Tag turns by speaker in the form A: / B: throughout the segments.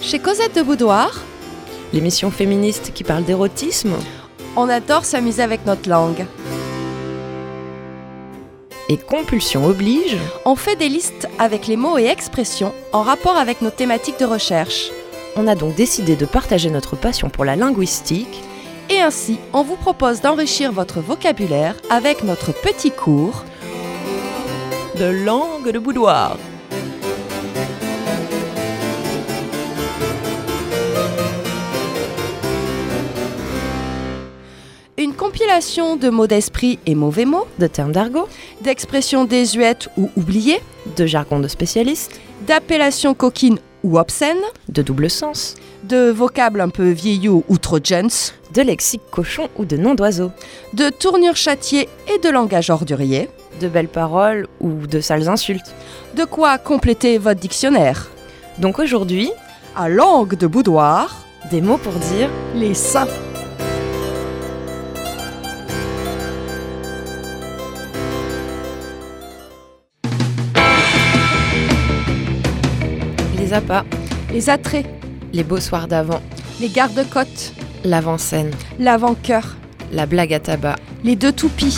A: Chez Cosette de Boudoir,
B: l'émission féministe qui parle d'érotisme.
A: on adore s'amuser avec notre langue.
B: Et compulsion oblige,
A: On fait des listes avec les mots et expressions en rapport avec nos thématiques de recherche.
B: on a donc décidé de partager notre passion pour la linguistique
A: Et ainsi, on vous propose d'enrichir votre vocabulaire avec notre petit cours.
B: de langue de boudoir.
A: Une compilation de mots d'esprit et mauvais mots,
B: De termes d'argot,
A: d'expressions désuètes ou oubliées,
B: de jargon de spécialiste,
A: d'appellations coquines ou obscènes,
B: de double sens,
A: de vocables un peu vieillots ou trop jeunes,
B: de lexique cochon ou de nom d'oiseau,
A: de tournures châtiées et de langage ordurier,
B: de belles paroles ou de sales insultes.
A: de quoi compléter votre dictionnaire.
B: Donc aujourd'hui,
A: À langue de boudoir,
B: des mots pour dire
A: les seins.
B: les appâts,
A: les attraits,
B: les beaux soirs d'avant,
A: les garde-côtes,
B: l'avant-scène,
A: l'avant-cœur,
B: la blague à tabac,
A: les deux toupies,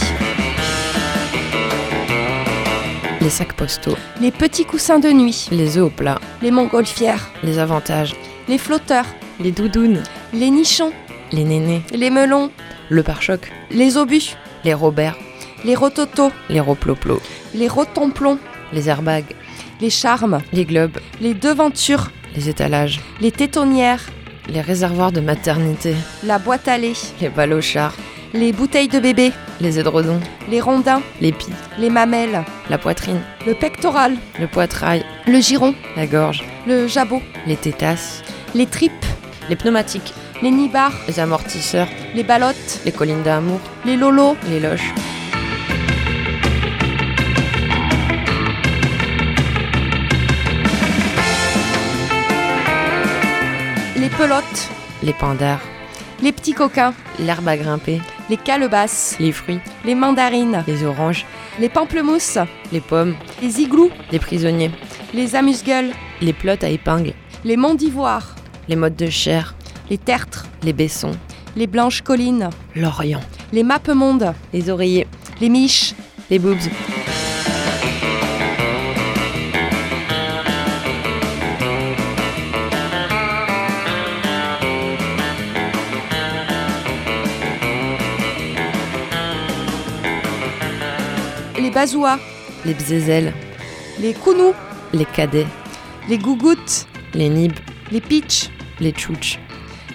B: les sacs postaux,
A: les petits coussins de nuit,
B: les œufs au plat,
A: les montgolfières,
B: les avantages,
A: les flotteurs,
B: les doudounes,
A: les nichons,
B: les nénés,
A: les melons,
B: le pare-choc,
A: les obus,
B: les Robert,
A: les rototos,
B: les roploplos,
A: les rotomplons,
B: les airbags,
A: les charmes,
B: les globes,
A: les devantures,
B: les étalages,
A: les tétonnières,
B: les réservoirs de maternité,
A: la boîte à lait,
B: les balochards,
A: les bouteilles de bébé,
B: les édredons,
A: les rondins,
B: les pies,
A: les mamelles,
B: la poitrine,
A: le pectoral,
B: le poitrail,
A: le giron,
B: la gorge,
A: le jabot,
B: les tétasses,
A: les tripes,
B: les pneumatiques,
A: les nibards,
B: les amortisseurs,
A: les ballottes,
B: les collines d'amour,
A: les lolos,
B: les loches,
A: les pelotes,
B: les pandards,
A: les petits coquins,
B: l'herbe à grimper,
A: les calebasses,
B: les fruits,
A: les mandarines,
B: les oranges,
A: les pamplemousses,
B: les pommes,
A: les igloos,
B: les prisonniers,
A: les amuse-gueules,
B: les plottes à épingle,
A: les monts d'ivoire,
B: les modes de chair,
A: les tertres,
B: les baissons,
A: les blanches collines,
B: l'orient,
A: les mappemondes,
B: les oreillers,
A: les miches,
B: les boobs,
A: les bazouas,
B: les bzézels,
A: les kounous,
B: les cadets,
A: les gougouttes,
B: les nibs,
A: les pitchs,
B: les tchouches,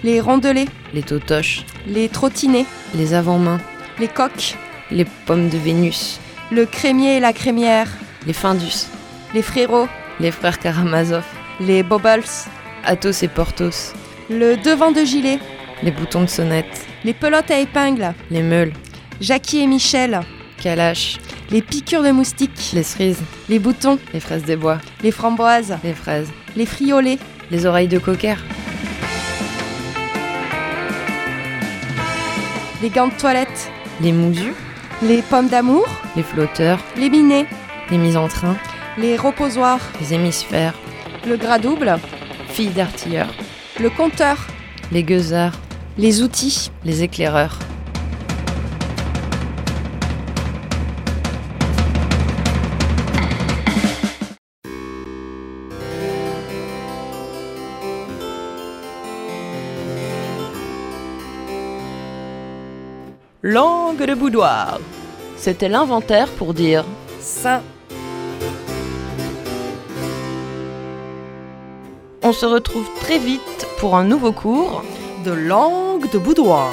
A: les rondelets,
B: les totoches,
A: les trottinets,
B: les avant-mains,
A: les coques,
B: les pommes de Vénus,
A: le crémier et la crémière,
B: les findus,
A: les frérots,
B: les frères Karamazov,
A: les bobbles,
B: Athos et Porthos,
A: le devant de gilet,
B: les boutons de sonnette,
A: les pelotes à épingle,
B: les meules,
A: Jackie et Michel,
B: calaches,
A: les piqûres de moustiques,
B: les cerises,
A: les boutons,
B: les fraises des bois,
A: les framboises,
B: les fraises,
A: les friolets,
B: les oreilles de cocker,
A: les gants de toilette,
B: les mousus,
A: les pommes d'amour,
B: les flotteurs,
A: les minets,
B: les mises en train,
A: les reposoirs,
B: les hémisphères,
A: le gras double,
B: filles d'artilleurs,
A: le compteur,
B: les gueusards,
A: les outils,
B: les éclaireurs, Langue de boudoir. C'était l'inventaire pour dire
A: ça.
B: on se retrouve très vite pour un nouveau cours.
A: de langue de boudoir.